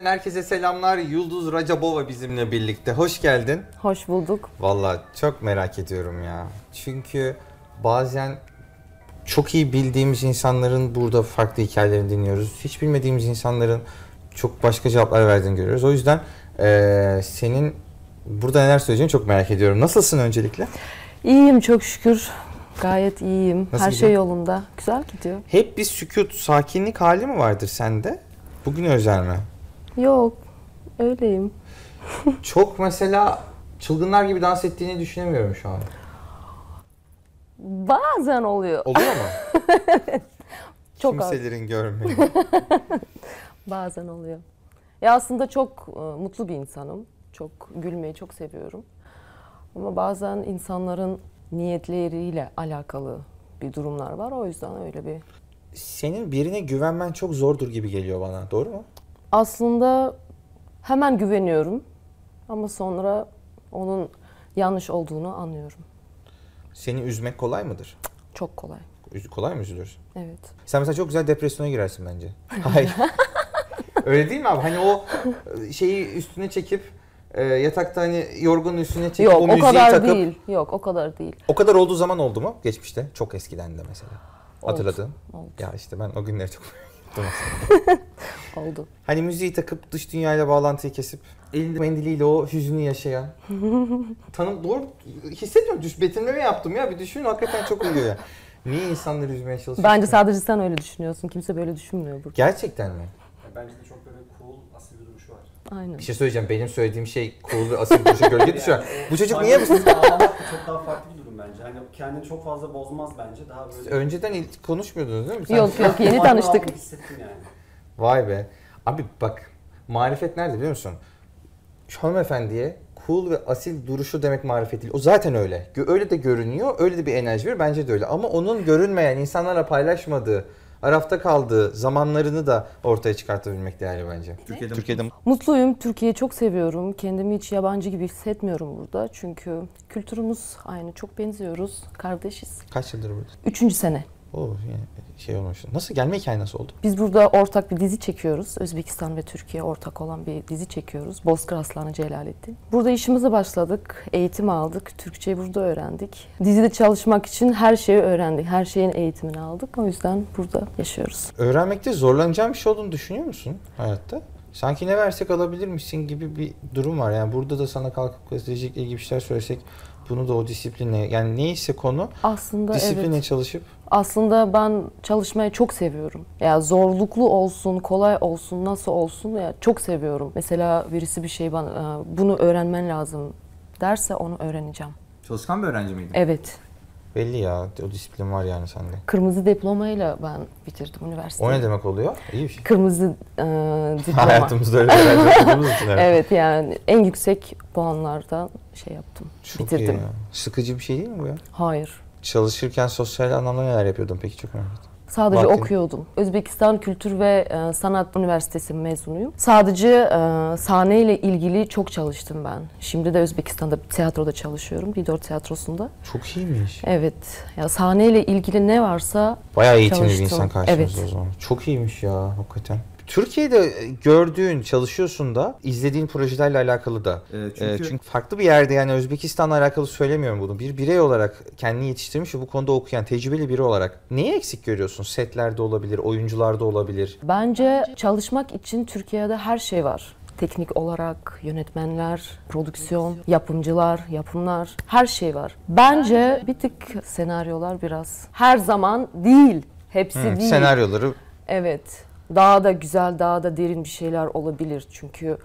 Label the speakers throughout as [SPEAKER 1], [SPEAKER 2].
[SPEAKER 1] Herkese selamlar. Yıldız Racabova bizimle birlikte. Hoş geldin.
[SPEAKER 2] Hoş bulduk.
[SPEAKER 1] Valla çok merak ediyorum ya. Çünkü bazen çok iyi bildiğimiz insanların burada farklı hikayelerini dinliyoruz. Hiç bilmediğimiz insanların çok başka cevaplar verdiğini görüyoruz. O yüzden eee, senin burada neler söyleyeceğini çok merak ediyorum. Nasılsın öncelikle?
[SPEAKER 2] İyiyim çok şükür. Gayet iyiyim.
[SPEAKER 1] Nasıl
[SPEAKER 2] Her
[SPEAKER 1] gidiyor?
[SPEAKER 2] şey yolunda. Güzel gidiyor.
[SPEAKER 1] Hep bir sükut, sakinlik hali mi vardır sende? Bugün özel mi?
[SPEAKER 2] Yok. Öyleyim.
[SPEAKER 1] Çok mesela çılgınlar gibi dans ettiğini düşünemiyorum şu an.
[SPEAKER 2] Bazen oluyor.
[SPEAKER 1] Oluyor mu?
[SPEAKER 2] Çok az.
[SPEAKER 1] Kimselerin görmeyi.
[SPEAKER 2] Bazen oluyor. Ya aslında çok e, mutlu bir insanım. Çok gülmeyi çok seviyorum. Ama bazen insanların niyetleriyle alakalı bir durumlar var. O yüzden öyle bir
[SPEAKER 1] Senin birine güvenmen çok zordur gibi geliyor bana. Doğru mu?
[SPEAKER 2] aslında hemen güveniyorum ama sonra onun yanlış olduğunu anlıyorum.
[SPEAKER 1] Seni üzmek kolay mıdır?
[SPEAKER 2] Çok kolay.
[SPEAKER 1] Üz- kolay mı üzülürsün?
[SPEAKER 2] Evet.
[SPEAKER 1] Sen mesela çok güzel depresyona girersin bence. Hayır. Öyle değil mi abi? Hani o şeyi üstüne çekip e, yatakta hani yorganın üstüne çekip
[SPEAKER 2] Yok
[SPEAKER 1] o
[SPEAKER 2] o,
[SPEAKER 1] müziği
[SPEAKER 2] kadar
[SPEAKER 1] takıp
[SPEAKER 2] değil. Yok o kadar değil.
[SPEAKER 1] o kadar olduğu zaman oldu mu? Geçmişte. Çok eskiden de mesela.
[SPEAKER 2] Oldu,
[SPEAKER 1] Hatırladın.
[SPEAKER 2] oldu.
[SPEAKER 1] Ya işte ben o günleri çok unuttum aslında.
[SPEAKER 2] Oldu.
[SPEAKER 1] Hani müziği takıp dış dünyayla bağlantıyı kesip elinde mendiliyle o hüznü yaşayan. Tanım doğru hissetmiyorum. Düş, betimleme yaptım ya bir düşün hakikaten çok oluyor ya. Niye insanları üzmeye çalışıyorsun?
[SPEAKER 2] Bence sadece sen öyle düşünüyorsun. Kimse böyle düşünmüyor burada.
[SPEAKER 1] Gerçekten mi?
[SPEAKER 3] Ya Bence de çok böyle cool asil bir duruşu var.
[SPEAKER 2] Aynen.
[SPEAKER 1] Bir şey söyleyeceğim. Benim söylediğim şey cool ve asil koşu gölge düşüyor. Bu çocuk
[SPEAKER 3] Farklı
[SPEAKER 1] niye bu?
[SPEAKER 3] bir sesi bağlamak da çok daha farklı bir durum bence. Hani kendini çok fazla bozmaz bence. Daha böyle...
[SPEAKER 1] Önceden ilk konuşmuyordunuz değil mi?
[SPEAKER 2] Yok yok yeni
[SPEAKER 3] Farklı
[SPEAKER 2] tanıştık.
[SPEAKER 3] olduğunu hissettim yani.
[SPEAKER 1] Vay be. Abi bak marifet nerede biliyor musun? Şu hanımefendiye cool ve asil duruşu demek marifet değil. O zaten öyle. Gö- Öyle de görünüyor. Öyle de bir enerji var. Bence de öyle. Ama onun görünmeyen, insanlarla paylaşmadığı, arafta kaldığı zamanlarını da ortaya çıkartabilmek değerli bence. Türkiye'de, Türkiye'de
[SPEAKER 2] Mutluyum. Türkiye'yi çok seviyorum. Kendimi hiç yabancı gibi hissetmiyorum burada. Çünkü kültürümüz aynı. Çok benziyoruz. Kardeşiz.
[SPEAKER 1] kaç yıldır burada?
[SPEAKER 2] Üçüncü sene.
[SPEAKER 1] Oo yani şey olmuş. Nasıl gelme hikaye nasıl oldu?
[SPEAKER 2] Biz burada ortak bir dizi çekiyoruz. Özbekistan ve Türkiye ortak olan bir dizi çekiyoruz. Bozkır Aslanı Celalettin. Burada işimize başladık. Eğitim aldık. Türkçeyi burada öğrendik. Dizide çalışmak için her şeyi öğrendik. Her şeyin eğitimini aldık. O yüzden burada yaşıyoruz.
[SPEAKER 1] Öğrenmekte zorlanacağın bir şey olduğunu düşünüyor musun hayatta? Sanki ne versek alabilirmişsin gibi bir durum var. Yani burada da sana kalkıp gazetecilikle ilgili bir şeyler söylesek bunu da o disipline yani neyse konu
[SPEAKER 2] Aslında
[SPEAKER 1] disipline
[SPEAKER 2] evet.
[SPEAKER 1] çalışıp
[SPEAKER 2] Aslında ben çalışmayı çok seviyorum. Ya zorluklu olsun, kolay olsun, nasıl olsun ya çok seviyorum. Mesela birisi bir şey bana "Aa, bunu öğrenmen lazım derse onu öğreneceğim.
[SPEAKER 4] Çalışkan bir öğrenci miydin?
[SPEAKER 2] Evet.
[SPEAKER 1] belli ya o disiplin var yani sende.
[SPEAKER 2] Kırmızı diplomayla ben bitirdim üniversiteyi.
[SPEAKER 1] O ne demek oluyor? İyi bir şey.
[SPEAKER 2] Kırmızı e, diploma.
[SPEAKER 1] Hayatımızda öyle bir öğrenci olduğumuz için evet.
[SPEAKER 2] evet yani en yüksek puanlardan şey yaptım.
[SPEAKER 1] Çok iyi
[SPEAKER 2] bitirdim.
[SPEAKER 1] ya. Sıkıcı bir şey değil mi bu ya?
[SPEAKER 2] Hayır.
[SPEAKER 1] Çalışırken sosyal anlamda neler yapıyordun peki çok önemli.
[SPEAKER 2] Sadece
[SPEAKER 1] Vaktini-
[SPEAKER 2] okuyordum. Özbekistan Kültür ve e, Sanat Üniversitesi mezunuyum. Sadece e, sahneyle ilgili çok çalıştım ben. Şimdi de Özbekistan'da bir tiyatroda çalışıyorum. Lido Tiyatrosu'nda.
[SPEAKER 1] Çok iyiymiş.
[SPEAKER 2] Evet. Ya sahneyle ilgili ne varsa
[SPEAKER 1] Bayağı eğitimli bir
[SPEAKER 2] Çalıştım.
[SPEAKER 1] insan karşımızda o
[SPEAKER 2] Evet.
[SPEAKER 1] zaman. Çok iyiymiş ya hakikaten. Türkiye'de e, gördüğün, çalışıyorsun da izlediğin projelerle alakalı da.
[SPEAKER 4] Ee,
[SPEAKER 1] Ee, Çünkü,
[SPEAKER 4] çünkü,
[SPEAKER 1] farklı bir yerde yani Özbekistan'la alakalı söylemiyorum bunu. Bir birey olarak kendini yetiştirmiş ve bu konuda okuyan tecrübeli biri olarak neyi eksik görüyorsun? Setlerde olabilir, oyuncularda olabilir.
[SPEAKER 2] bence çalışmak için Türkiye'de her şey var. Teknik olarak yönetmenler, prodüksiyon, yapımcılar, yapımlar her şey var. Bence bir tık senaryolar biraz her zaman değil. Hepsi
[SPEAKER 1] Hı,
[SPEAKER 2] değil.
[SPEAKER 1] senaryoları
[SPEAKER 2] Evet. Daha da güzel, daha da derin bir şeyler olabilir çünkü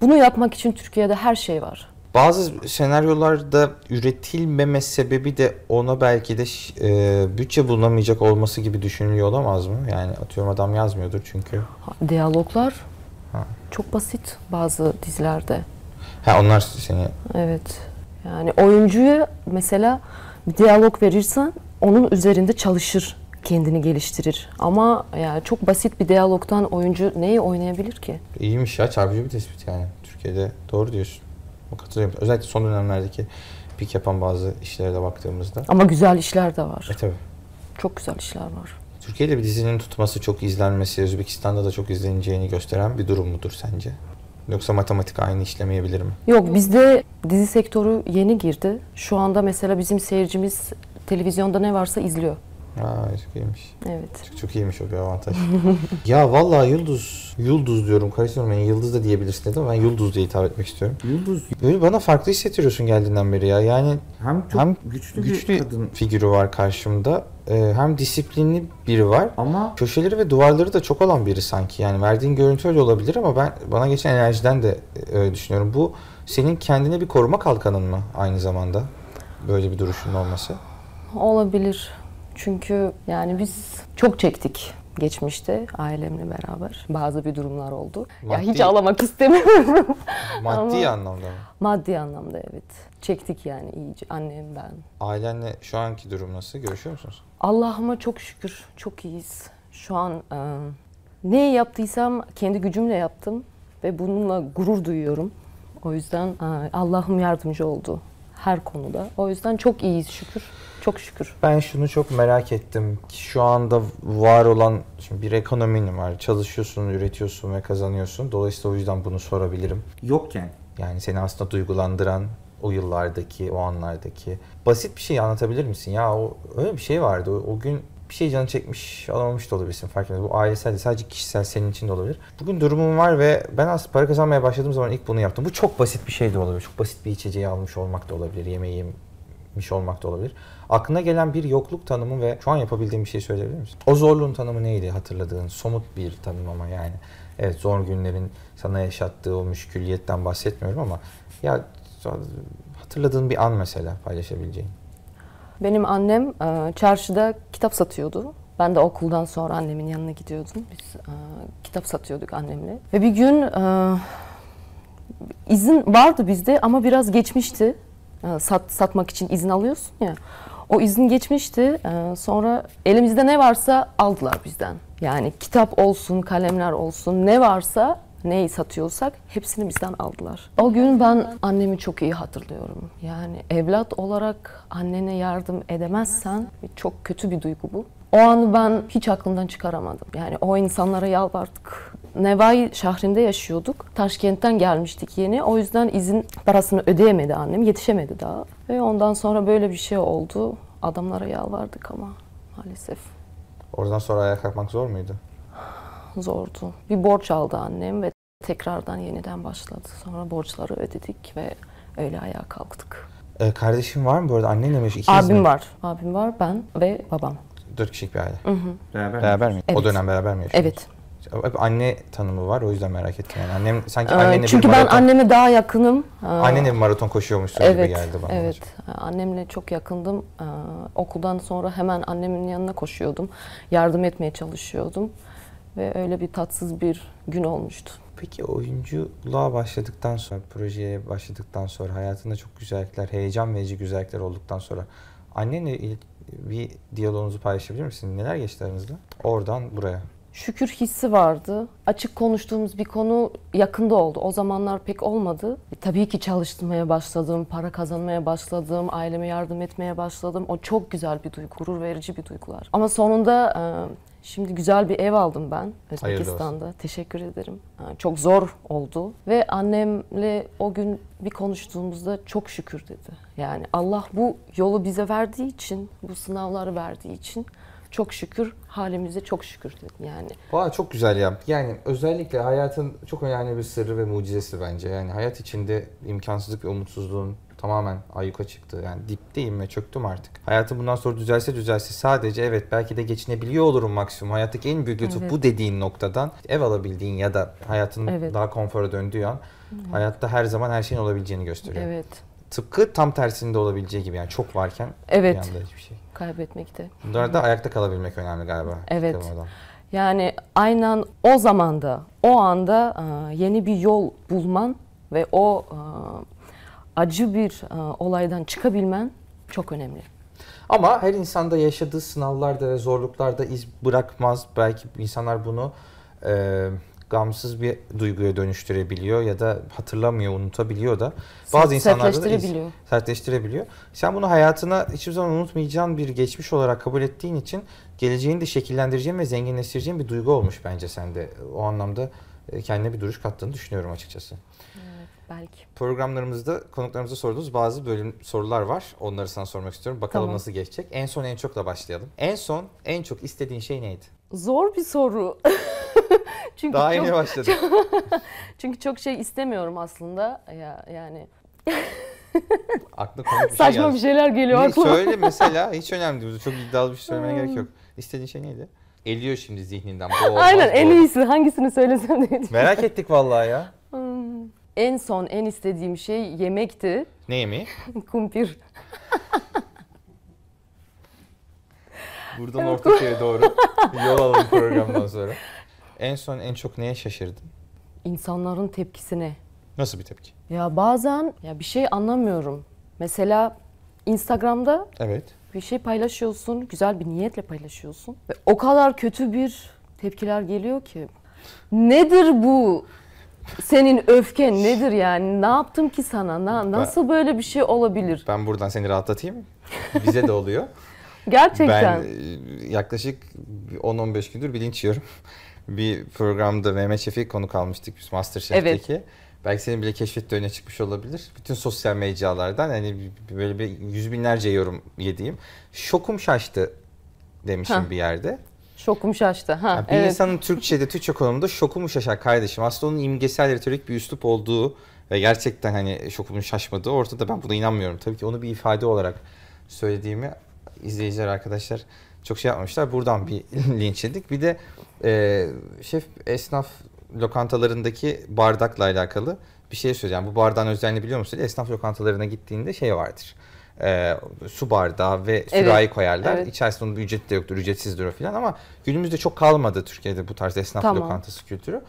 [SPEAKER 2] bunu yapmak için Türkiye'de her şey var.
[SPEAKER 1] Bazı senaryolarda üretilmeme sebebi de ona belki de ş- e, bütçe bulunamayacak olması gibi düşünülüyor olamaz mı? Yani atıyorum adam yazmıyordur çünkü.
[SPEAKER 2] Ha, Diyaloglar
[SPEAKER 1] Ha.
[SPEAKER 2] çok basit bazı dizilerde.
[SPEAKER 1] Ha onlar seni
[SPEAKER 2] Evet. Yani oyuncuya mesela bir diyalog verirsen onun üzerinde çalışır, kendini geliştirir. Ama yani çok basit bir diyalogtan oyuncu neyi oynayabilir ki?
[SPEAKER 1] İyiymiş ya çarpıcı bir tespit yani. Türkiye'de doğru diyorsun. O katılıyorum. Özellikle son dönemlerdeki pik yapan bazı işlere de baktığımızda.
[SPEAKER 2] Ama güzel işler de var.
[SPEAKER 1] E tabii.
[SPEAKER 2] Çok güzel işler var.
[SPEAKER 1] Türkiye'de bir dizinin tutması, çok izlenmesi, Özbekistan'da da çok izleneceğini gösteren bir durum mudur sence? Yoksa matematik aynı işlemeyebilir mi?
[SPEAKER 2] Yok bizde dizi sektörü yeni girdi. Şu anda mesela bizim seyircimiz televizyonda ne varsa izliyor.
[SPEAKER 1] Aa, çok iyiymiş.
[SPEAKER 2] Evet.
[SPEAKER 1] Çok iyiymiş o bir avantaj. ya vallahi Yıldız, Yıldız diyorum. Karıştırma beni. Yıldız da diyebilirsiniz ama ben Yıldız diye hitap etmek istiyorum.
[SPEAKER 4] Yıldız
[SPEAKER 1] Böyle bana farklı hissettiriyorsun geldiğinden beri ya. Yani
[SPEAKER 4] hem çok
[SPEAKER 1] Hem
[SPEAKER 4] güçlü,
[SPEAKER 1] güçlü
[SPEAKER 4] bir kadın
[SPEAKER 1] figürü var karşımda. Ee, hem disiplinli biri var.
[SPEAKER 4] ama
[SPEAKER 1] Köşeleri ve duvarları da çok olan biri sanki. Yani verdiğin görüntü öyle olabilir ama ben bana geçen enerjiden de e, öyle düşünüyorum. Bu senin kendine bir koruma kalkanın mı aynı zamanda? Böyle bir duruşun olması.
[SPEAKER 2] Olabilir. Çünkü yani biz çok çektik geçmişte ailemle beraber. Bazı bir durumlar oldu. Ya hiç
[SPEAKER 1] Maddi-
[SPEAKER 2] ağlamak istemiyorum.
[SPEAKER 1] Maddi
[SPEAKER 2] Ama-
[SPEAKER 1] anlamda mı?
[SPEAKER 2] Maddi anlamda evet. Çektik yani iyice annem ben.
[SPEAKER 1] Ailenle şu anki durum nasıl? Görüşüyor musunuz?
[SPEAKER 2] Allah'ıma çok şükür çok iyiyiz. Şu an e, ne yaptıysam kendi gücümle yaptım ve bununla gurur duyuyorum. O yüzden e, Allah'ım yardımcı oldu her konuda. O yüzden çok iyiyiz şükür. Çok şükür.
[SPEAKER 1] Ben şunu çok merak ettim. ki Şu anda var olan şimdi bir ekonomin var. Çalışıyorsun, üretiyorsun ve kazanıyorsun. Dolayısıyla o yüzden bunu sorabilirim.
[SPEAKER 4] yokken
[SPEAKER 1] Yani seni aslında duygulandıran o yıllardaki, o anlardaki basit bir şey anlatabilir misin? Ya o öyle bir şey vardı. O, o gün bir şey canı çekmiş, alamamış da olabilirsin fark etmez. Bu ailesel de sadece kişisel senin için de olabilir. Bugün durumum var ve ben aslında para kazanmaya başladığım zaman ilk bunu yaptım. Bu çok basit bir şey de olabilir. Çok basit bir içeceği almış olmak da olabilir. Yemeği yemiş olmak da olabilir. Aklına gelen bir yokluk tanımı ve şu an yapabildiğin bir şey söyleyebilir misin? O zorluğun tanımı neydi hatırladığın? Somut bir tanım ama yani. Evet zor günlerin sana yaşattığı o müşküliyetten bahsetmiyorum ama ya hatırladığın bir an mesela paylaşabileceğin.
[SPEAKER 2] Benim annem e, çarşıda kitap satıyordu. Ben de okuldan sonra annemin yanına gidiyordum. Biz e, kitap satıyorduk annemle. Ve bir gün e, izin vardı bizde ama biraz geçmişti. E, Sat, satmak için izin alıyorsun ya. O izin geçmişti. E, Sonra elimizde ne varsa aldılar bizden. Yani kitap olsun, kalemler olsun ne varsa neyi satıyorsak hepsini bizden aldılar. O gün ben annemi çok iyi hatırlıyorum. Yani evlat olarak annene yardım edemezsen çok kötü bir duygu bu. O anı ben hiç aklımdan çıkaramadım. Yani o insanlara yalvardık. Nevai şehrinde yaşıyorduk. Taşkent'ten gelmiştik yeni. O yüzden izin parasını ödeyemedi annem. Yetişemedi daha. Ve ondan sonra böyle bir şey oldu. Adamlara yalvardık ama maalesef
[SPEAKER 1] Oradan sonra ayağa kalkmak zor muydu?
[SPEAKER 2] zordu. Bir borç aldı annem ve tekrardan yeniden başladı. Sonra borçları ödedik ve öyle ayağa kalktık.
[SPEAKER 1] Ee, kardeşin var mı bu arada? Annenle mi yaşıyor? İkiniz mi?
[SPEAKER 2] Abim var. Abim var, ben ve babam.
[SPEAKER 1] Dört kişilik bir aile.
[SPEAKER 4] beraber,
[SPEAKER 1] Beraber mi? O
[SPEAKER 2] Evet.
[SPEAKER 1] dönem beraber mi yaşıyorsunuz?
[SPEAKER 2] Evet.
[SPEAKER 1] Hep anne tanımı var o yüzden merak ettim yani. Annem sanki
[SPEAKER 2] Ee,
[SPEAKER 1] annenle
[SPEAKER 2] Çünkü
[SPEAKER 1] bir
[SPEAKER 2] ben
[SPEAKER 1] maraton,
[SPEAKER 2] anneme daha yakınım. Ee,
[SPEAKER 1] annenle bir maraton koşuyormuşsun gibi geldi bana.
[SPEAKER 2] Evet, annemle çok yakındım. Ee, okuldan sonra hemen annemin yanına koşuyordum. Yardım etmeye çalışıyordum. Ve öyle bir tatsız bir gün olmuştu.
[SPEAKER 1] Peki oyunculuğa başladıktan sonra, projeye başladıktan sonra, hayatında çok güzellikler, heyecan verici güzellikler olduktan sonra annenle il- bir diyaloğunuzu paylaşabilir misin? Neler geçti aranızda? Oradan buraya.
[SPEAKER 2] Şükür hissi vardı. Açık konuştuğumuz bir konu yakında oldu. O zamanlar pek olmadı. E, tabii ki çalışmaya başladım, para kazanmaya başladım, aileme yardım etmeye başladım. O çok güzel bir duygu, gurur verici bir duygular. Ama sonunda e, şimdi güzel bir ev aldım ben
[SPEAKER 1] Hayırlı olsun.
[SPEAKER 2] Özbekistan'da. Teşekkür ederim. E, Çok zor oldu ve annemle o gün bir konuştuğumuzda çok şükür dedi. Yani Allah bu yolu bize verdiği için, bu sınavları verdiği için çok şükür halimize çok şükür dedi. Yani
[SPEAKER 1] Valla çok güzel ya. Yani özellikle hayatın çok önemli bir sırrı ve mucizesi bence. Yani hayat içinde imkansızlık ve umutsuzluğun tamamen ayyuka çıktı. Yani dipteyim ve çöktüm artık. Hayatım bundan sonra düzelse düzelse sadece evet belki de geçinebiliyor olurum maksimum. Hayattaki en büyük lütuf bu dediğin noktadan ev alabildiğin ya da hayatın
[SPEAKER 2] Evet.
[SPEAKER 1] daha konfora döndüğü an hayatta her zaman her şeyin olabileceğini gösteriyor.
[SPEAKER 2] evet,
[SPEAKER 1] Tıpkı tam tersinde olabileceği gibi yani çok varken
[SPEAKER 2] Evet.
[SPEAKER 1] bir anda hiçbir şey.
[SPEAKER 2] kaybetmekte.
[SPEAKER 1] Bunlarda da ayakta kalabilmek önemli galiba.
[SPEAKER 2] Evet.
[SPEAKER 1] Kırmadan.
[SPEAKER 2] Yani aynen o zamanda, o anda e, yeni bir yol bulman ve o e, acı bir e, olaydan çıkabilmen çok önemli.
[SPEAKER 1] Ama her insanda yaşadığı sınavlarda ve zorluklarda iz bırakmaz. Belki insanlar bunu e, gamsız bir duyguya dönüştürebiliyor ya da hatırlamıyor, unutabiliyor da. Bazı insanlarda da iz-
[SPEAKER 2] sertleştirebiliyor.
[SPEAKER 1] sertleştirebiliyor. Sen bunu hayatına hiçbir zaman unutmayacağın bir geçmiş olarak kabul ettiğin için geleceğini de şekillendireceğin ve zenginleştireceğin bir duygu olmuş bence sende. O anlamda e, kendine bir duruş kattığını düşünüyorum açıkçası.
[SPEAKER 2] Belki.
[SPEAKER 1] Programlarımızda konuklarımıza sorduğumuz bazı bölüm sorular var. Onları sana sormak istiyorum. Bakalım
[SPEAKER 2] Tamam.
[SPEAKER 1] nasıl geçecek. En son en çokla başlayalım. En son en çok istediğin şey neydi?
[SPEAKER 2] Zor bir soru. çünkü
[SPEAKER 1] Daha
[SPEAKER 2] çok,
[SPEAKER 1] yeni başladık.
[SPEAKER 2] çünkü çok şey istemiyorum aslında. Ya, yani
[SPEAKER 1] Aklı komik bir şey
[SPEAKER 2] saçma
[SPEAKER 1] geldi.
[SPEAKER 2] bir şeyler geliyor
[SPEAKER 1] Ne,
[SPEAKER 2] aklıma. Hmm.
[SPEAKER 1] söyle mesela hiç önemli değil. Çok iddialı bir şey söylemene gerek yok. İstediğin şey neydi? Eliyor şimdi zihninden. Bu olmaz,
[SPEAKER 2] Aynen
[SPEAKER 1] bu
[SPEAKER 2] en
[SPEAKER 1] olmaz.
[SPEAKER 2] iyisi hangisini söylesem diye.
[SPEAKER 1] Merak ettik vallahi ya.
[SPEAKER 2] Hmm. En son en istediğim şey yemekti.
[SPEAKER 1] Ne yemeği?
[SPEAKER 2] Kumpir.
[SPEAKER 1] Buradan Ortaköy'e doğru yol alalım programdan sonra. En son en çok neye şaşırdın?
[SPEAKER 2] İnsanların tepkisine.
[SPEAKER 1] Nasıl bir tepki?
[SPEAKER 2] Ya bazen ya bir şey anlamıyorum. Mesela Instagram'da
[SPEAKER 1] Evet.
[SPEAKER 2] bir şey paylaşıyorsun, güzel bir niyetle paylaşıyorsun ve o kadar kötü bir tepkiler geliyor ki. Nedir bu? Senin öfken nedir yani? Ne yaptım ki sana? Na- nasıl böyle bir şey olabilir?
[SPEAKER 1] Ben buradan seni rahatlatayım. Bize de oluyor.
[SPEAKER 2] Gerçekten.
[SPEAKER 1] Ben e, yaklaşık 10-15 gündür bilinç yiyorum. Bir programda Mehmet Şefik konuk almıştık biz MasterChef'teki. Belki senin bile keşfette öne çıkmış olabilir. Bütün sosyal mecralardan hani böyle bir yüz binlerce yorum yediğim. Şokum şaştı demişim
[SPEAKER 2] Hah.
[SPEAKER 1] bir yerde.
[SPEAKER 2] Şokum şaştı. Ha,
[SPEAKER 1] Yani bir
[SPEAKER 2] evet.
[SPEAKER 1] insanın Türkçe'de, Türkçe konumunda şokumu şaşar kardeşim. Aslında onun imgesel retorik bir üslup olduğu ve gerçekten hani şokumun şaşmadığı ortada. Ben buna inanmıyorum. Tabii ki onu bir ifade olarak söylediğimi izleyiciler, arkadaşlar çok şey yapmamışlar. Buradan bir linç yedik. Bir de e, şef esnaf lokantalarındaki bardakla alakalı bir şey söyleyeceğim. Bu bardağın özelliğini biliyor musun? Esnaf lokantalarına gittiğinde şey vardır. E, su bardağı ve sürahi koyarlar.
[SPEAKER 2] evet.
[SPEAKER 1] İçerisinde onun bir ücreti de yoktur, ücretsizdir o filan ama günümüzde çok kalmadı Türkiye'de bu tarz esnaf
[SPEAKER 2] Tamam.
[SPEAKER 1] lokantası kültürü.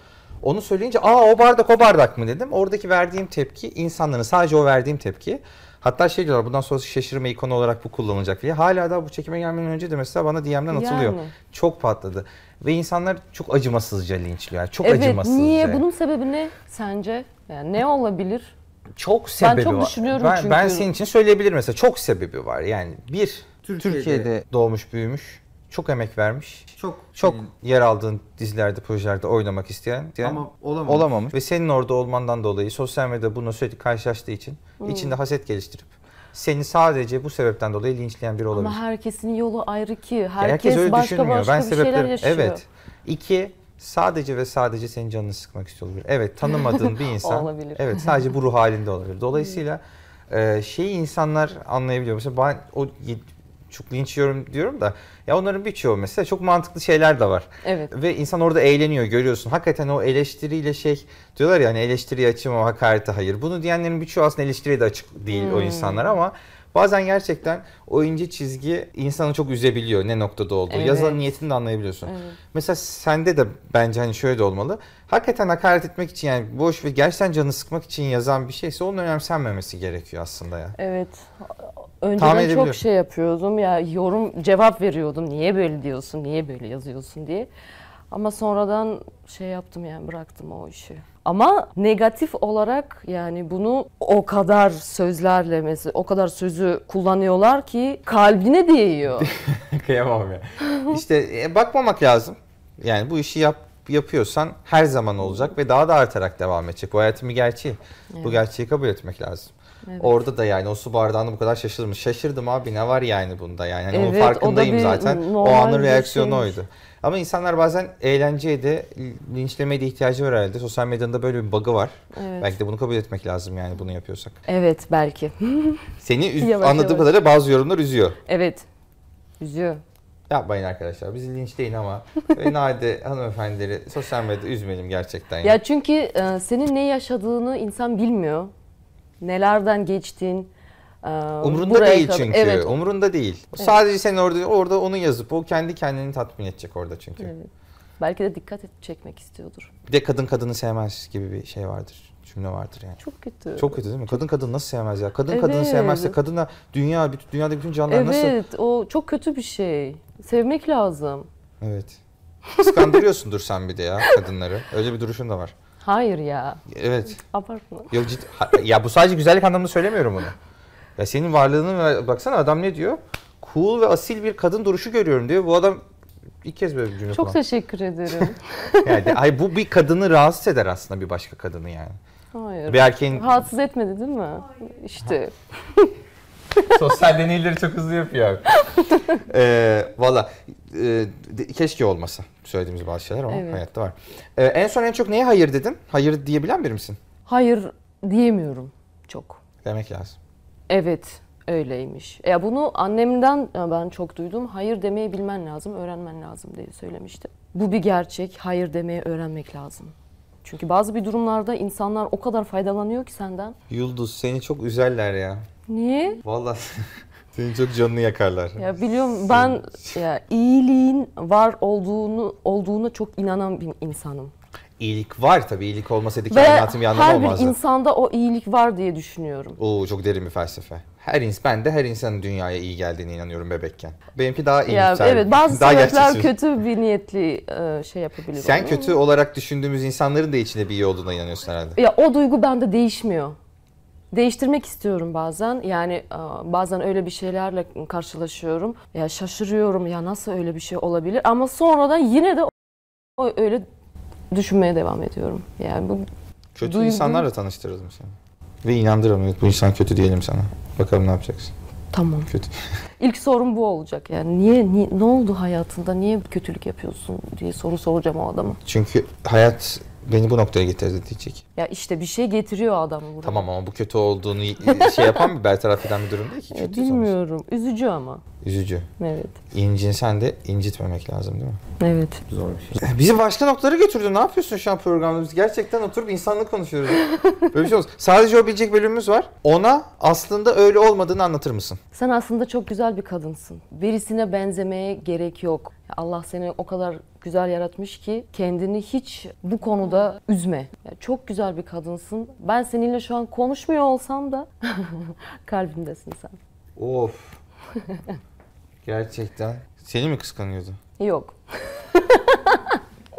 [SPEAKER 1] Onu söyleyince aa o bardak o bardak mı dedim. Oradaki verdiğim tepki insanların sadece o verdiğim tepki. Hatta şey diyorlar bundan sonra şaşırma ikonu olarak bu kullanılacak diye. Hala da bu çekime gelmeden önce de mesela bana DM'den atılıyor.
[SPEAKER 2] Yani.
[SPEAKER 1] Çok patladı. Ve insanlar çok acımasızca linçliyor. Yani çok
[SPEAKER 2] Evet,
[SPEAKER 1] acımasızca.
[SPEAKER 2] niye? Bunun sebebi ne sence? Yani ne olabilir?
[SPEAKER 1] Çok sebebi
[SPEAKER 2] çok
[SPEAKER 1] var.
[SPEAKER 2] düşünüyorum
[SPEAKER 1] ben,
[SPEAKER 2] çünkü.
[SPEAKER 1] Ben senin için söyleyebilirim mesela. Çok sebebi var. Yani bir, Türkiye'de,
[SPEAKER 4] Türkiye'de-
[SPEAKER 1] doğmuş büyümüş. Çok emek vermiş.
[SPEAKER 4] Çok
[SPEAKER 1] Çok
[SPEAKER 4] şeyin-
[SPEAKER 1] yer aldığın dizilerde, projelerde oynamak isteyen. isteyen
[SPEAKER 4] ama olamamış.
[SPEAKER 1] olamamış. Ve senin orada olmandan dolayı sosyal medyada bununla sürekli karşılaştığı için
[SPEAKER 2] Hmm.
[SPEAKER 1] içinde haset geliştirip seni sadece bu sebepten dolayı linçleyen biri olabilir.
[SPEAKER 2] Ama herkesin yolu ayrı ki.
[SPEAKER 1] Ya
[SPEAKER 2] Herkes, başka başka bir şeyler
[SPEAKER 1] sebeplerim-
[SPEAKER 2] yaşıyor.
[SPEAKER 1] Evet. İki, sadece ve sadece senin canını sıkmak istiyor olabilir. Evet, tanımadığın bir insan.
[SPEAKER 2] Olabilir.
[SPEAKER 1] Evet, sadece bu ruh halinde olabilir. Dolayısıyla e, şeyi insanlar anlayabiliyor. Mesela ben o y- çok linç yiyorum diyorum da ya onların birçoğu mesela çok mantıklı şeyler de var.
[SPEAKER 2] Evet.
[SPEAKER 1] Ve insan orada eğleniyor görüyorsun. Hakikaten o eleştiriyle şey diyorlar ya hani eleştiriye açım ama hakarete hayır. Bunu diyenlerin birçoğu aslında eleştiriye de açık değil
[SPEAKER 2] Hmm.
[SPEAKER 1] o insanlar ama bazen gerçekten o ince çizgi insanı çok üzebiliyor ne noktada olduğu.
[SPEAKER 2] Evet.
[SPEAKER 1] Yazan niyetini de anlayabiliyorsun.
[SPEAKER 2] Evet.
[SPEAKER 1] Mesela sende de bence hani şöyle de olmalı. Hakikaten hakaret etmek için yani boş ve gerçekten canını sıkmak için yazan bir şeyse onun önemsenmemesi gerekiyor aslında ya.
[SPEAKER 2] Evet.
[SPEAKER 1] Tahmin
[SPEAKER 2] Önceden
[SPEAKER 1] edebiliyorum.
[SPEAKER 2] çok şey yapıyordum ya yorum cevap veriyordum. Niye böyle diyorsun? Niye böyle yazıyorsun diye. Ama sonradan şey yaptım yani bıraktım o işi. Ama negatif olarak yani bunu o kadar sözlerle mesela o kadar sözü kullanıyorlar ki kalbine değiyor.
[SPEAKER 1] Kıyamam ya. İşte e, bakmamak lazım. Yani bu işi yap yapıyorsan her zaman olacak ve daha da artarak devam edecek. Bu hayatın bir gerçeği. Bu gerçeği kabul etmek lazım. Orada da yani o su bardağında bu kadar şaşırdım. Şaşırdım abi ne var yani bunda yani. Hani onun
[SPEAKER 2] Evet, o da
[SPEAKER 1] farkındayım
[SPEAKER 2] bir
[SPEAKER 1] zaten. O
[SPEAKER 2] normal
[SPEAKER 1] anın
[SPEAKER 2] bir şey.
[SPEAKER 1] reaksiyonu
[SPEAKER 2] şeymiş.
[SPEAKER 1] oydu. Ama insanlar bazen eğlenceye de linçlemeye de ihtiyacı var herhalde. Sosyal medyanın da böyle bir bug'ı var.
[SPEAKER 2] Evet.
[SPEAKER 1] Belki de bunu kabul etmek lazım yani bunu yapıyorsak.
[SPEAKER 2] evet belki.
[SPEAKER 1] Seni üz-
[SPEAKER 2] Yavaş
[SPEAKER 1] anladığım
[SPEAKER 2] yavaş.
[SPEAKER 1] kadarıyla bazı yorumlar üzüyor.
[SPEAKER 2] Evet. Üzüyor.
[SPEAKER 1] Yapmayın arkadaşlar. Bizi linçleyin ama ve Nade hanımefendileri sosyal medyada üzmeyelim gerçekten.
[SPEAKER 2] Ya çünkü e, senin ne yaşadığını insan bilmiyor. Nelerden geçtin. e,
[SPEAKER 1] Umrunda
[SPEAKER 2] buraya
[SPEAKER 1] değil
[SPEAKER 2] kadar-
[SPEAKER 1] çünkü.
[SPEAKER 2] Evet,
[SPEAKER 1] Umrunda değil. Sadece sen orada orada onu yazıp o kendi kendini tatmin edecek orada çünkü.
[SPEAKER 2] Evet. Belki de dikkat et, çekmek istiyordur.
[SPEAKER 1] Bir de kadın kadını sevmez gibi bir şey vardır. Cümle vardır yani.
[SPEAKER 2] Çok kötü.
[SPEAKER 1] Çok kötü değil mi? Kadın kadını nasıl sevmez ya? Kadın kadını
[SPEAKER 2] Evet.
[SPEAKER 1] sevmezse kadına dünya bütün dünyada bütün canlılar nasıl
[SPEAKER 2] evet, o çok kötü bir şey. Sevmek lazım.
[SPEAKER 1] Evet. Kıskandırıyorsundur sen bir de ya kadınları. Öyle bir duruşun da var.
[SPEAKER 2] Hayır ya.
[SPEAKER 1] Evet.
[SPEAKER 2] Abartma.
[SPEAKER 1] Ya, cid- ha- ya bu sadece güzellik anlamında söylemiyorum bunu. Ya senin varlığını ve- baksana adam ne diyor? Cool ve asil bir kadın duruşu görüyorum diyor. Bu adam ilk kez böyle bir cümle
[SPEAKER 2] Çok
[SPEAKER 1] kullandı.
[SPEAKER 2] teşekkür ederim.
[SPEAKER 1] Yani, ay bu bir kadını rahatsız eder aslında bir başka kadını yani.
[SPEAKER 2] Hayır.
[SPEAKER 1] Bir erkeğin
[SPEAKER 2] Rahatsız etmedi değil mi? İşte.
[SPEAKER 1] Sosyal deneyleri çok hızlı yapıyor. ee, Valla e, de- keşke olmasa söylediğimiz bazı şeyler ama
[SPEAKER 2] Evet.
[SPEAKER 1] hayatta var. Ee, en son en çok neye hayır dedin? Hayır diyebilen biri misin?
[SPEAKER 2] Hayır diyemiyorum çok.
[SPEAKER 1] Demek lazım.
[SPEAKER 2] Evet öyleymiş. Ya bunu annemden ben çok duydum. Hayır demeyi bilmen lazım, öğrenmen lazım diye söylemişti. Bu bir gerçek. Hayır demeyi öğrenmek lazım. Çünkü bazı bir durumlarda insanlar o kadar faydalanıyor ki senden.
[SPEAKER 1] Yıldız seni çok üzerler ya.
[SPEAKER 2] Niye?
[SPEAKER 1] Valla seni çok canını yakarlar.
[SPEAKER 2] Ya biliyorum ben ya iyiliğin var olduğunu olduğuna çok inanan bir insanım.
[SPEAKER 1] İyilik var tabii. iyilik olmasaydı
[SPEAKER 2] Ve
[SPEAKER 1] kendi hayatım bir anlamı
[SPEAKER 2] her bir
[SPEAKER 1] olmazdı.
[SPEAKER 2] insanda o iyilik var diye düşünüyorum.
[SPEAKER 1] Oo çok derin bir felsefe. Her ins ben de her insanın dünyaya iyi geldiğine inanıyorum bebekken. Benimki daha iyi.
[SPEAKER 2] Ya evet bazı sebepler
[SPEAKER 1] gerçekçi.
[SPEAKER 2] kötü bir niyetli e, şey yapabilir.
[SPEAKER 1] Sen
[SPEAKER 2] onu.
[SPEAKER 1] kötü olarak düşündüğümüz insanların da içinde bir iyi olduğuna inanıyorsun herhalde.
[SPEAKER 2] Ya o duygu bende değişmiyor. Değiştirmek istiyorum bazen. Yani e, bazen öyle bir şeylerle karşılaşıyorum. Ya şaşırıyorum ya nasıl öyle bir şey olabilir? Ama sonradan yine de o- o öyle düşünmeye devam ediyorum. Yani bu
[SPEAKER 1] Kötü
[SPEAKER 2] Duygu-
[SPEAKER 1] insanlarla tanıştırırdım seni. Ve inandıralım evet, bu insan kötü diyelim sana. Bakalım ne yapacaksın.
[SPEAKER 2] tamam.
[SPEAKER 1] Kötü.
[SPEAKER 2] İlk sorum bu olacak. Yani niye, niye ne oldu hayatında? Niye kötülük yapıyorsun diye soru soracağım o adama.
[SPEAKER 1] Çünkü hayat beni bu noktaya getirdi diyecek.
[SPEAKER 2] Ya işte bir şey getiriyor adamı buraya.
[SPEAKER 1] Tamam ama bu kötü olduğunu şey yapan bir bertaraf eden bir durum değil ki.
[SPEAKER 2] Ya
[SPEAKER 1] Kötü sonuç.
[SPEAKER 2] E, bilmiyorum. Üzücü ama.
[SPEAKER 1] Üzücü.
[SPEAKER 2] Evet.
[SPEAKER 1] İncinsen de incitmemek lazım değil mi?
[SPEAKER 2] Evet.
[SPEAKER 3] Zor bir şey.
[SPEAKER 1] Bizi başka noktalara götürdün. Ne yapıyorsun şu an programda? Biz gerçekten oturup insanlık konuşuyoruz. Böyle bir şey olmaz. Sadece o bilecek bölümümüz var. Ona aslında öyle olmadığını anlatır mısın?
[SPEAKER 2] Sen aslında çok güzel bir kadınsın. Birisine benzemeye gerek yok. Allah seni o kadar güzel yaratmış ki kendini hiç bu konuda üzme. Ya çok güzel bir kadınsın. Ben seninle şu an konuşmuyor olsam da kalbimdesin sen.
[SPEAKER 1] Of. gerçekten. Seni mi kıskanıyordu?
[SPEAKER 2] Yok.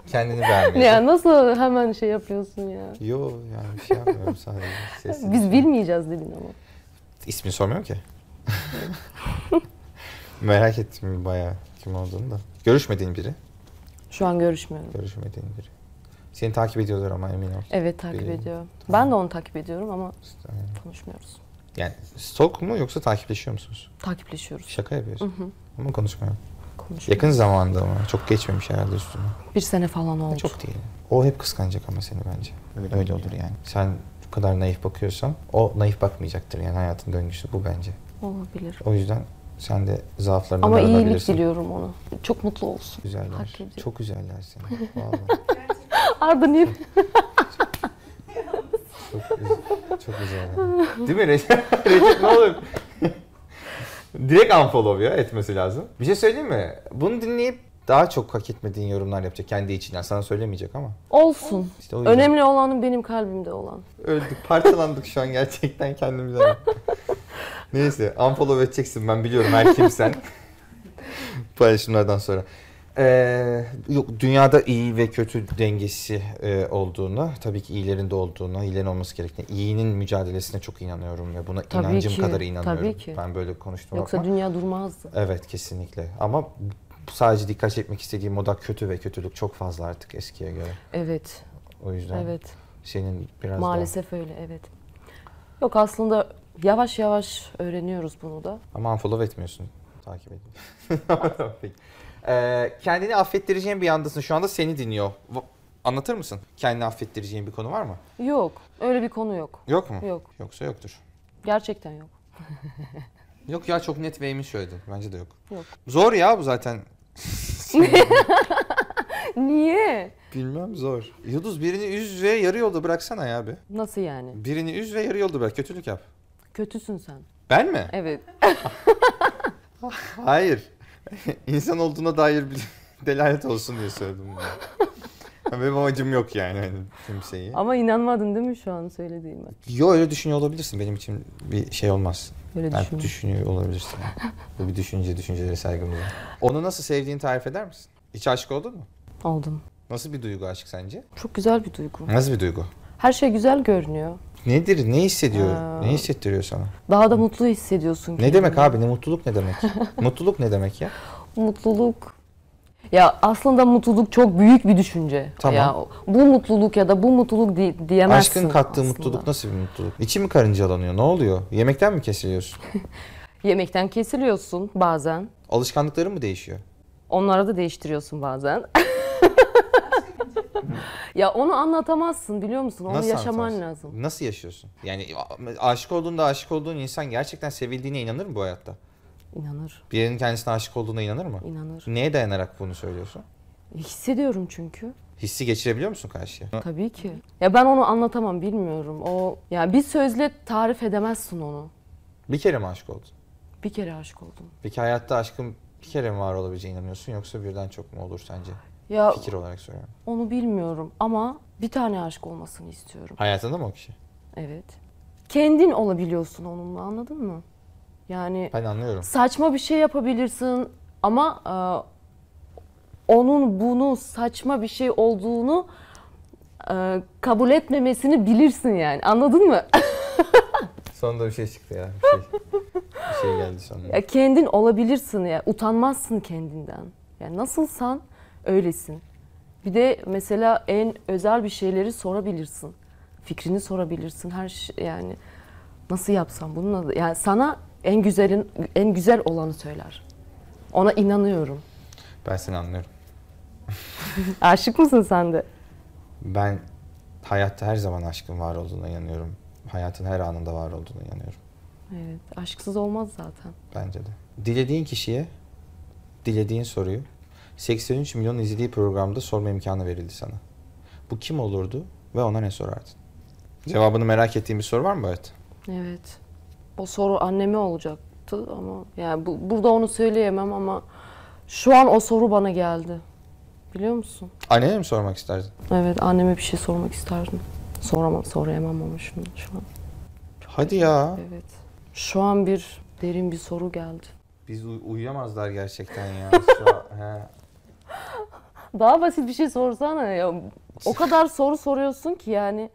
[SPEAKER 1] Kendini beğenmiyordu.
[SPEAKER 2] Ya nasıl hemen şey yapıyorsun ya?
[SPEAKER 1] Yo yani bir şey yapmıyorum sadece. Sesini.
[SPEAKER 2] Biz bilmeyeceğiz dedin ama.
[SPEAKER 1] İsmini sormuyorum ki. Merak ettim bayağı kim olduğunu da. Görüşmediğin biri.
[SPEAKER 2] Şu an görüşmüyorum.
[SPEAKER 1] Görüşmediğin biri. Seni takip ediyorlar ama emin ol.
[SPEAKER 2] Evet takip
[SPEAKER 1] Bilmiyorum.
[SPEAKER 2] ediyor. Ben de onu takip ediyorum ama
[SPEAKER 1] Yani-
[SPEAKER 2] konuşmuyoruz.
[SPEAKER 1] Yani stalk mu yoksa takipleşiyor musunuz?
[SPEAKER 2] Takipleşiyoruz.
[SPEAKER 1] Şaka yapıyorsun. Ama konuşmuyorum.
[SPEAKER 2] Konuşuyoruz.
[SPEAKER 1] Yakın zamanda ama çok geçmemiş herhalde üstüne.
[SPEAKER 2] Bir sene falan oldu.
[SPEAKER 1] Çok değil. O hep kıskanacak ama seni bence. Öyle, olur yani. Sen bu kadar naif bakıyorsan o naif bakmayacaktır yani hayatın döngüsü bu bence.
[SPEAKER 2] Olabilir.
[SPEAKER 1] O yüzden sen de zaaflarından
[SPEAKER 2] Ama iyilik
[SPEAKER 1] arınabilirsin.
[SPEAKER 2] diliyorum ona. Çok mutlu olsun.
[SPEAKER 1] Güzeller.
[SPEAKER 2] Hak ediyor.
[SPEAKER 1] Çok güzeller seni. Vallahi.
[SPEAKER 2] Arda niye?
[SPEAKER 1] çok, güzel- çok güzeller. Değil mi Recep? Recep ne olur? Direkt unfollow ya etmesi lazım. Bir şey söyleyeyim mi? Bunu dinleyip daha çok hak etmediğin yorumlar yapacak kendi içinden. Sana söylemeyecek ama.
[SPEAKER 2] Olsun.
[SPEAKER 1] İşte o yüzden.
[SPEAKER 2] Önemli olanın benim kalbimde olan.
[SPEAKER 1] Öldük, parçalandık şu an gerçekten kendimize. Neyse, unfollow edeceksin ben biliyorum her kimsen. Paylaşımlardan sonra. Ee, yok dünyada iyi ve kötü dengesi e, olduğuna, tabii ki iyilerin de olduğuna, iyilerin olması gerektiğine, iyinin mücadelesine çok inanıyorum ve buna
[SPEAKER 2] Tabii
[SPEAKER 1] inancım
[SPEAKER 2] ki,
[SPEAKER 1] kadar inanıyorum.
[SPEAKER 2] tabii ki.
[SPEAKER 1] Ben böyle konuştum
[SPEAKER 2] Yoksa dünya durmazdı.
[SPEAKER 1] Evet kesinlikle. Ama sadece dikkat çekmek istediğim o da kötü ve kötülük çok fazla artık eskiye göre.
[SPEAKER 2] Evet.
[SPEAKER 1] O yüzden
[SPEAKER 2] Evet.
[SPEAKER 1] senin biraz daha-
[SPEAKER 2] Maalesef öyle. Evet. Yok aslında yavaş yavaş öğreniyoruz bunu da.
[SPEAKER 1] Ama unfollow etmiyorsun. Takip ediyorsun. Peki. Ee, kendini affettireceğin bir andasın. Şu anda seni dinliyor. Va- Anlatır mısın? Kendini affettireceğin bir konu var mı?
[SPEAKER 2] Yok. Öyle bir konu yok.
[SPEAKER 1] Yok mu?
[SPEAKER 2] Yok.
[SPEAKER 1] Yoksa yoktur.
[SPEAKER 2] Gerçekten yok.
[SPEAKER 1] Yok ya çok net ve emin söyledin. Bence de yok.
[SPEAKER 2] Yok.
[SPEAKER 1] Zor ya bu zaten.
[SPEAKER 2] Niye?
[SPEAKER 1] Bilmem zor. Yıldız birini üz ve yarı yolda bıraksana ya abi.
[SPEAKER 2] Nasıl yani?
[SPEAKER 1] Birini üz ve yarı yolda bırak. Kötülük yap.
[SPEAKER 2] Kötüsün sen.
[SPEAKER 1] Ben mi?
[SPEAKER 2] Evet.
[SPEAKER 1] Hayır. İnsan olduğuna dair bir delalet olsun diye söyledim bunu. Benim amacım yok yani hani kimseyi.
[SPEAKER 2] Ama inanmadın değil mi şu an söylediğime?
[SPEAKER 1] Yo öyle düşünüyor olabilirsin. Benim için bir şey olmaz.
[SPEAKER 2] Öyle
[SPEAKER 1] Ben
[SPEAKER 2] düşünüyorum.
[SPEAKER 1] düşünüyor olabilirsin. Bu bir düşünce, düşüncelere saygım var. Onu nasıl sevdiğini tarif eder misin? Hiç aşık oldun mu?
[SPEAKER 2] oldum.
[SPEAKER 1] Nasıl bir duygu aşk sence?
[SPEAKER 2] Çok güzel bir duygu.
[SPEAKER 1] Nasıl bir duygu?
[SPEAKER 2] Her şey güzel görünüyor.
[SPEAKER 1] Nedir? Ne hissediyor?
[SPEAKER 2] Aa.
[SPEAKER 1] Ne hissettiriyor sana?
[SPEAKER 2] Daha da mutlu hissediyorsun.
[SPEAKER 1] Ne
[SPEAKER 2] kendini.
[SPEAKER 1] demek abi? Ne mutluluk ne demek? mutluluk ne demek ya?
[SPEAKER 2] Mutluluk. Ya aslında mutluluk çok büyük bir düşünce.
[SPEAKER 1] Tamam.
[SPEAKER 2] Ya bu mutluluk ya da bu mutluluk di- diyemezsin.
[SPEAKER 1] Aşkın kattığı
[SPEAKER 2] aslında.
[SPEAKER 1] mutluluk nasıl bir mutluluk? İçi mi karıncalanıyor? Ne oluyor? Yemekten mi kesiliyorsun?
[SPEAKER 2] Yemekten kesiliyorsun bazen.
[SPEAKER 1] Alışkanlıkların mı değişiyor?
[SPEAKER 2] Onları da değiştiriyorsun bazen. ya onu anlatamazsın biliyor musun? Onu yaşaman
[SPEAKER 1] anlatamazsın?
[SPEAKER 2] lazım.
[SPEAKER 1] Nasıl yaşıyorsun? Yani a- aşık olduğunda aşık olduğun insan gerçekten sevildiğine inanır mı bu hayatta?
[SPEAKER 2] İnanır,
[SPEAKER 1] Birinin kendisine aşık olduğuna inanır mı?
[SPEAKER 2] inanır.
[SPEAKER 1] Neye dayanarak bunu söylüyorsun?
[SPEAKER 2] Hissediyorum çünkü.
[SPEAKER 1] Hissi geçirebiliyor musun karşıya?
[SPEAKER 2] Tabii ki. Ya ben onu anlatamam bilmiyorum. O ya bir sözle tarif edemezsin onu.
[SPEAKER 1] Bir kere mi aşık oldun?
[SPEAKER 2] Bir kere aşık oldum.
[SPEAKER 1] Peki hayatta aşkın bir kere mi var olabileceğine inanıyorsun yoksa birden çok mu olur sence?
[SPEAKER 2] Ya
[SPEAKER 1] Fikir olarak soruyorum.
[SPEAKER 2] onu bilmiyorum ama bir tane aşık olmasını istiyorum.
[SPEAKER 1] Hayatında mı o kişi?
[SPEAKER 2] Evet. Kendin olabiliyorsun onunla anladın mı? Yani
[SPEAKER 1] Ben anlıyorum.
[SPEAKER 2] saçma bir şey yapabilirsin ama e, onun bunu saçma bir şey olduğunu e, kabul etmemesini bilirsin yani anladın mı?
[SPEAKER 1] Sonunda bir şey çıktı ya. Bir şey, bir şey geldi sonunda.
[SPEAKER 2] Ya kendin olabilirsin ya utanmazsın kendinden. Yani nasılsan öylesin. Bir de mesela en özel bir şeyleri sorabilirsin. Fikrini sorabilirsin. Her şey yani nasıl yapsam bununla da- yani sana en güzelin en güzel olanı söyler. Ona inanıyorum.
[SPEAKER 1] Ben seni anlıyorum.
[SPEAKER 2] Aşık mısın sen de?
[SPEAKER 1] Ben hayatta her zaman aşkın var olduğuna inanıyorum. Hayatın her anında var olduğuna inanıyorum.
[SPEAKER 2] Evet. Aşksız olmaz zaten.
[SPEAKER 1] Bence de. Dilediğin kişiye dilediğin soruyu 83 milyon izlediği programda sorma imkanı verildi sana. Bu kim olurdu ve ona ne sorardın? Cevabını merak ettiğin bir soru var mı Bayat?
[SPEAKER 2] Evet. O soru anneme olacaktı ama yani bu, burada onu söyleyemem ama şu an o soru bana geldi. Biliyor musun?
[SPEAKER 1] Annene mi sormak isterdin?
[SPEAKER 2] Evet anneme bir şey sormak isterdim. Soramam, sorayamam ama şunu şu an.
[SPEAKER 1] Hadi ya.
[SPEAKER 2] Evet. Şu an bir derin bir soru geldi.
[SPEAKER 1] Biz uy- uyuyamazlar gerçekten ya. he.
[SPEAKER 2] Daha basit bir şey sorsana ya. O kadar soru soruyorsun ki yani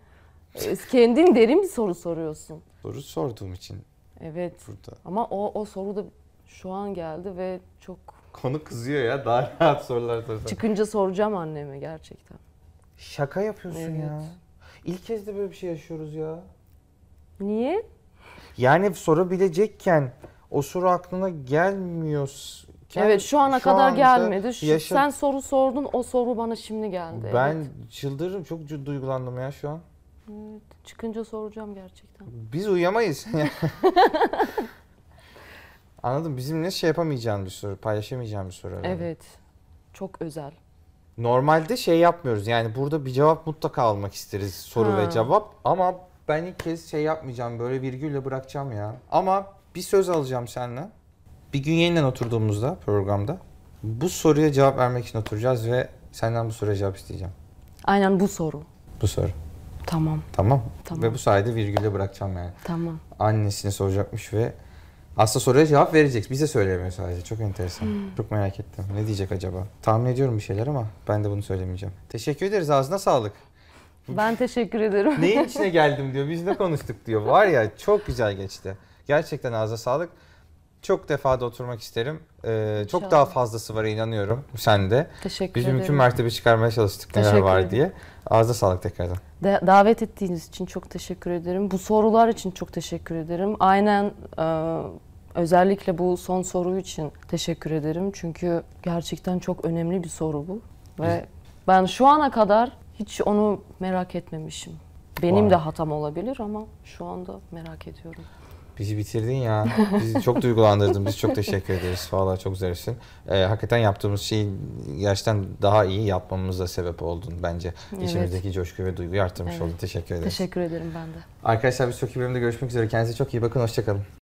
[SPEAKER 2] e, kendin derin bir soru soruyorsun.
[SPEAKER 1] Soru sorduğum için
[SPEAKER 2] Evet.
[SPEAKER 1] burada.
[SPEAKER 2] Ama o o soru da şu an geldi ve çok
[SPEAKER 1] Konu kızıyor ya daha rahat sorular sorsan.
[SPEAKER 2] çıkınca soracağım anneme gerçekten.
[SPEAKER 1] Şaka yapıyorsun ya.
[SPEAKER 2] Evet.
[SPEAKER 1] İlk kez de böyle bir şey yaşıyoruz ya.
[SPEAKER 2] Niye?
[SPEAKER 1] Yani sorabilecekken o soru aklına gelmiyor.
[SPEAKER 2] evet şu ana kadar gelmedi. Şu-
[SPEAKER 1] yaşa-
[SPEAKER 2] Sen soru sordun, o soru bana şimdi geldi.
[SPEAKER 1] Ben
[SPEAKER 2] Evet.
[SPEAKER 1] çıldırırım. Çok cu- duygulandım ya şu an.
[SPEAKER 2] Evet. Çıkınca soracağım gerçekten.
[SPEAKER 1] Biz uyuyamayız. Anladım. Bizimle şey yapamayacağım bir soru, paylaşamayacağım bir soru. herhalde.
[SPEAKER 2] Evet. Çok özel.
[SPEAKER 1] Normalde şey yapmıyoruz. Yani burada bir cevap mutlaka almak isteriz. Soru ve
[SPEAKER 2] Ha.
[SPEAKER 1] cevap. Ama ben ilk kez şey yapmayacağım. Böyle virgülle bırakacağım ya. Ama bir söz alacağım seninle. Bir gün yeniden oturduğumuzda programda bu soruya cevap vermek için oturacağız ve senden bu soruya cevap isteyeceğim.
[SPEAKER 2] Aynen bu soru.
[SPEAKER 1] Bu soru.
[SPEAKER 2] Tamam,
[SPEAKER 1] Tamam.
[SPEAKER 2] Tamam.
[SPEAKER 1] Ve bu sayede virgülle bırakacağım yani.
[SPEAKER 2] tamam.
[SPEAKER 1] Annesini soracakmış ve aslında soruya cevap verecek. Bize söylemiyor sadece. Çok enteresan.
[SPEAKER 2] Hmm.
[SPEAKER 1] Çok merak ettim. Ne diyecek acaba? Tahmin ediyorum bir şeyler ama ben de bunu söylemeyeceğim. Teşekkür ederiz. Ağzına sağlık.
[SPEAKER 2] Ben teşekkür ederim.
[SPEAKER 1] Neyin içine geldim diyor. Biz ne konuştuk diyor. Var ya çok güzel geçti. Gerçekten ağza sağlık. Çok defada oturmak isterim. Ee, çok
[SPEAKER 2] İnşallah.
[SPEAKER 1] daha fazlası var inanıyorum. Sen de.
[SPEAKER 2] Teşekkür
[SPEAKER 1] Biz
[SPEAKER 2] ederim.
[SPEAKER 1] mümkün mertebe çıkarmaya çalıştık neler
[SPEAKER 2] Teşekkür
[SPEAKER 1] var
[SPEAKER 2] ederim.
[SPEAKER 1] diye. Ağza sağlık tekrardan.
[SPEAKER 2] Da- davet ettiğiniz için çok teşekkür ederim. Bu sorular için çok teşekkür ederim. Aynen e, özellikle bu son soru için teşekkür ederim. Çünkü gerçekten çok önemli bir soru bu. Ve ben şu ana kadar hiç onu merak etmemişim. Benim
[SPEAKER 1] Vay.
[SPEAKER 2] de hatam olabilir ama şu anda merak ediyorum.
[SPEAKER 1] Bizi bitirdin ya. Bizi çok duygulandırdın. Biz çok teşekkür ederiz. Vallahi çok güzelsin. Ee, hakikaten yaptığımız şeyi gerçekten daha iyi yapmamıza sebep oldun bence.
[SPEAKER 2] Evet.
[SPEAKER 1] İçimizdeki coşku ve duyguyu arttırmış
[SPEAKER 2] Evet.
[SPEAKER 1] oldun. Teşekkür ederiz.
[SPEAKER 2] Teşekkür ederim ben de.
[SPEAKER 1] Arkadaşlar bir sonraki bölümde görüşmek üzere. Kendinize çok iyi bakın. Hoşçakalın.